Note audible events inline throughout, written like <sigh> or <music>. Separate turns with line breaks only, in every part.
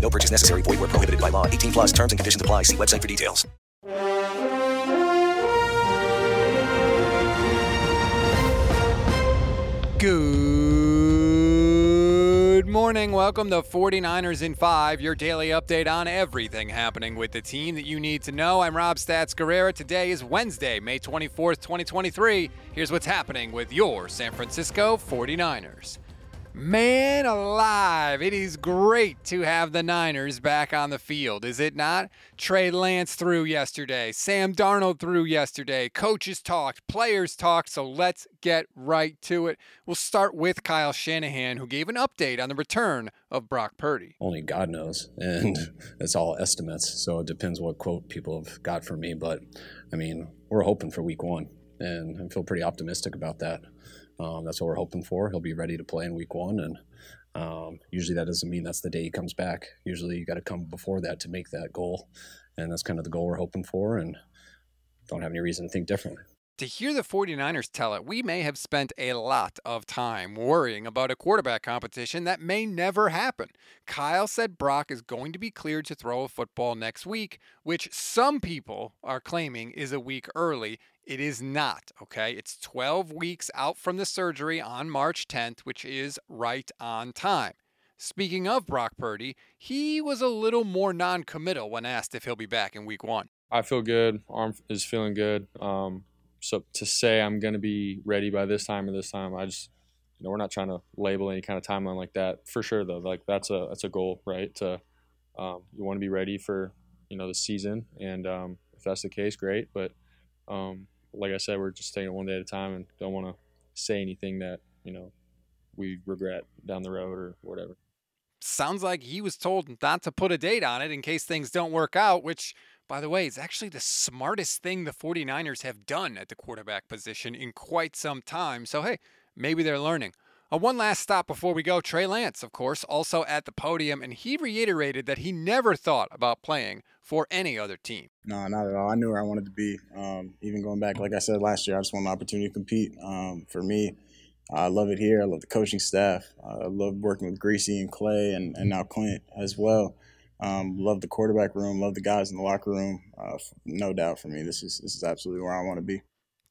No purchase necessary. Void where prohibited by law. 18 plus terms and conditions apply. See website for details.
Good morning. Welcome to 49ers in 5, your daily update on everything happening with the team that you need to know. I'm Rob Stats Guerrera. Today is Wednesday, May 24th, 2023. Here's what's happening with your San Francisco 49ers. Man alive, it is great to have the Niners back on the field, is it not? Trey Lance threw yesterday, Sam Darnold threw yesterday, coaches talked, players talked, so let's get right to it. We'll start with Kyle Shanahan, who gave an update on the return of Brock Purdy.
only God knows, and <laughs> it's all estimates. So it depends what quote people have got for me. But I mean, we're hoping for week one, and I feel pretty optimistic about that. Um, that's what we're hoping for. He'll be ready to play in week one, and um, usually that doesn't mean that's the day he comes back. Usually you got to come before that to make that goal, and that's kind of the goal we're hoping for. And don't have any reason to think differently.
To hear the 49ers tell it, we may have spent a lot of time worrying about a quarterback competition that may never happen. Kyle said Brock is going to be cleared to throw a football next week, which some people are claiming is a week early. It is not, okay? It's 12 weeks out from the surgery on March 10th, which is right on time. Speaking of Brock Purdy, he was a little more non committal when asked if he'll be back in week one.
I feel good. Arm is feeling good. Um, so to say I'm going to be ready by this time or this time, I just, you know, we're not trying to label any kind of timeline like that. For sure, though, like that's a that's a goal, right? To um, you want to be ready for you know the season, and um, if that's the case, great. But um, like I said, we're just taking it one day at a time, and don't want to say anything that you know we regret down the road or whatever.
sounds like he was told not to put a date on it in case things don't work out, which, by the way, is actually the smartest thing the 49ers have done at the quarterback position in quite some time. So, hey, maybe they're learning. Uh, one last stop before we go Trey Lance, of course, also at the podium, and he reiterated that he never thought about playing for any other team.
No, not at all. I knew where I wanted to be. Um, even going back, like I said last year, I just want an opportunity to compete. Um, for me, I love it here. I love the coaching staff. I love working with Greasy and Clay and, and now Clint as well. Um, love the quarterback room. Love the guys in the locker room. Uh, f- no doubt for me, this is this is absolutely where I want to be.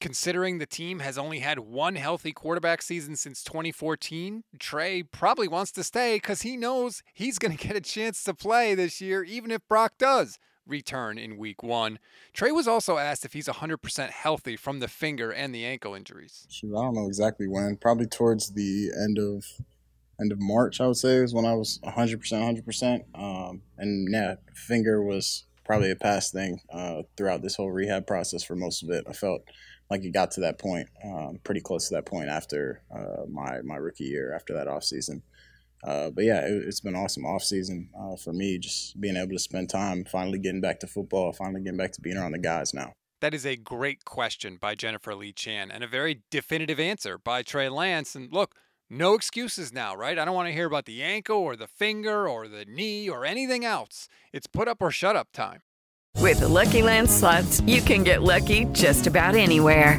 Considering the team has only had one healthy quarterback season since 2014, Trey probably wants to stay because he knows he's going to get a chance to play this year, even if Brock does return in week one. Trey was also asked if he's 100% healthy from the finger and the ankle injuries.
Shoot, I don't know exactly when. Probably towards the end of end of March, I would say, is when I was 100%, 100%. Um, and yeah, finger was probably a past thing uh, throughout this whole rehab process for most of it. I felt like it got to that point, um, pretty close to that point after uh, my, my rookie year, after that offseason. Uh, but yeah, it, it's been awesome off season uh, for me, just being able to spend time, finally getting back to football, finally getting back to being around the guys now.
That is a great question by Jennifer Lee Chan and a very definitive answer by Trey Lance. And look, no excuses now, right? I don't want to hear about the ankle or the finger or the knee or anything else. It's put up or shut up time.
With the Lucky Land slots, you can get lucky just about anywhere.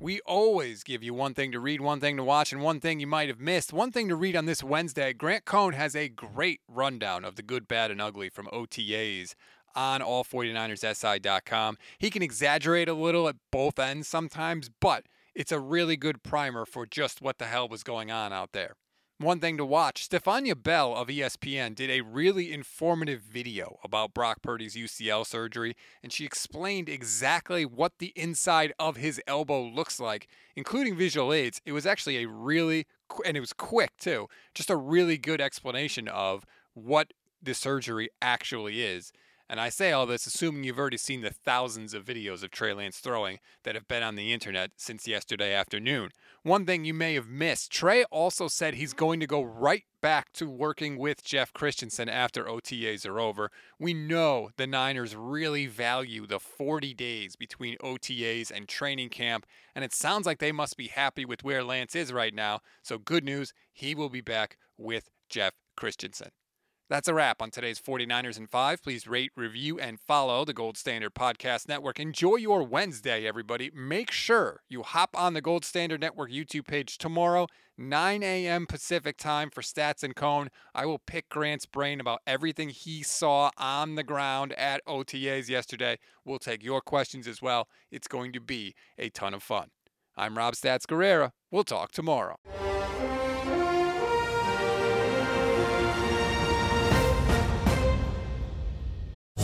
We always give you one thing to read, one thing to watch, and one thing you might have missed. One thing to read on this Wednesday Grant Cohn has a great rundown of the good, bad, and ugly from OTAs on all49erssi.com. He can exaggerate a little at both ends sometimes, but it's a really good primer for just what the hell was going on out there. One thing to watch Stefania Bell of E ESPN did a really informative video about Brock Purdy's UCL surgery, and she explained exactly what the inside of his elbow looks like, including visual aids. It was actually a really, qu- and it was quick too, just a really good explanation of what the surgery actually is. And I say all this assuming you've already seen the thousands of videos of Trey Lance throwing that have been on the internet since yesterday afternoon. One thing you may have missed Trey also said he's going to go right back to working with Jeff Christensen after OTAs are over. We know the Niners really value the 40 days between OTAs and training camp, and it sounds like they must be happy with where Lance is right now. So, good news, he will be back with Jeff Christensen. That's a wrap on today's 49ers and 5. Please rate, review, and follow the Gold Standard Podcast Network. Enjoy your Wednesday, everybody. Make sure you hop on the Gold Standard Network YouTube page tomorrow, 9 a.m. Pacific time for Stats and Cone. I will pick Grant's brain about everything he saw on the ground at OTAs yesterday. We'll take your questions as well. It's going to be a ton of fun. I'm Rob Stats Guerrera. We'll talk tomorrow.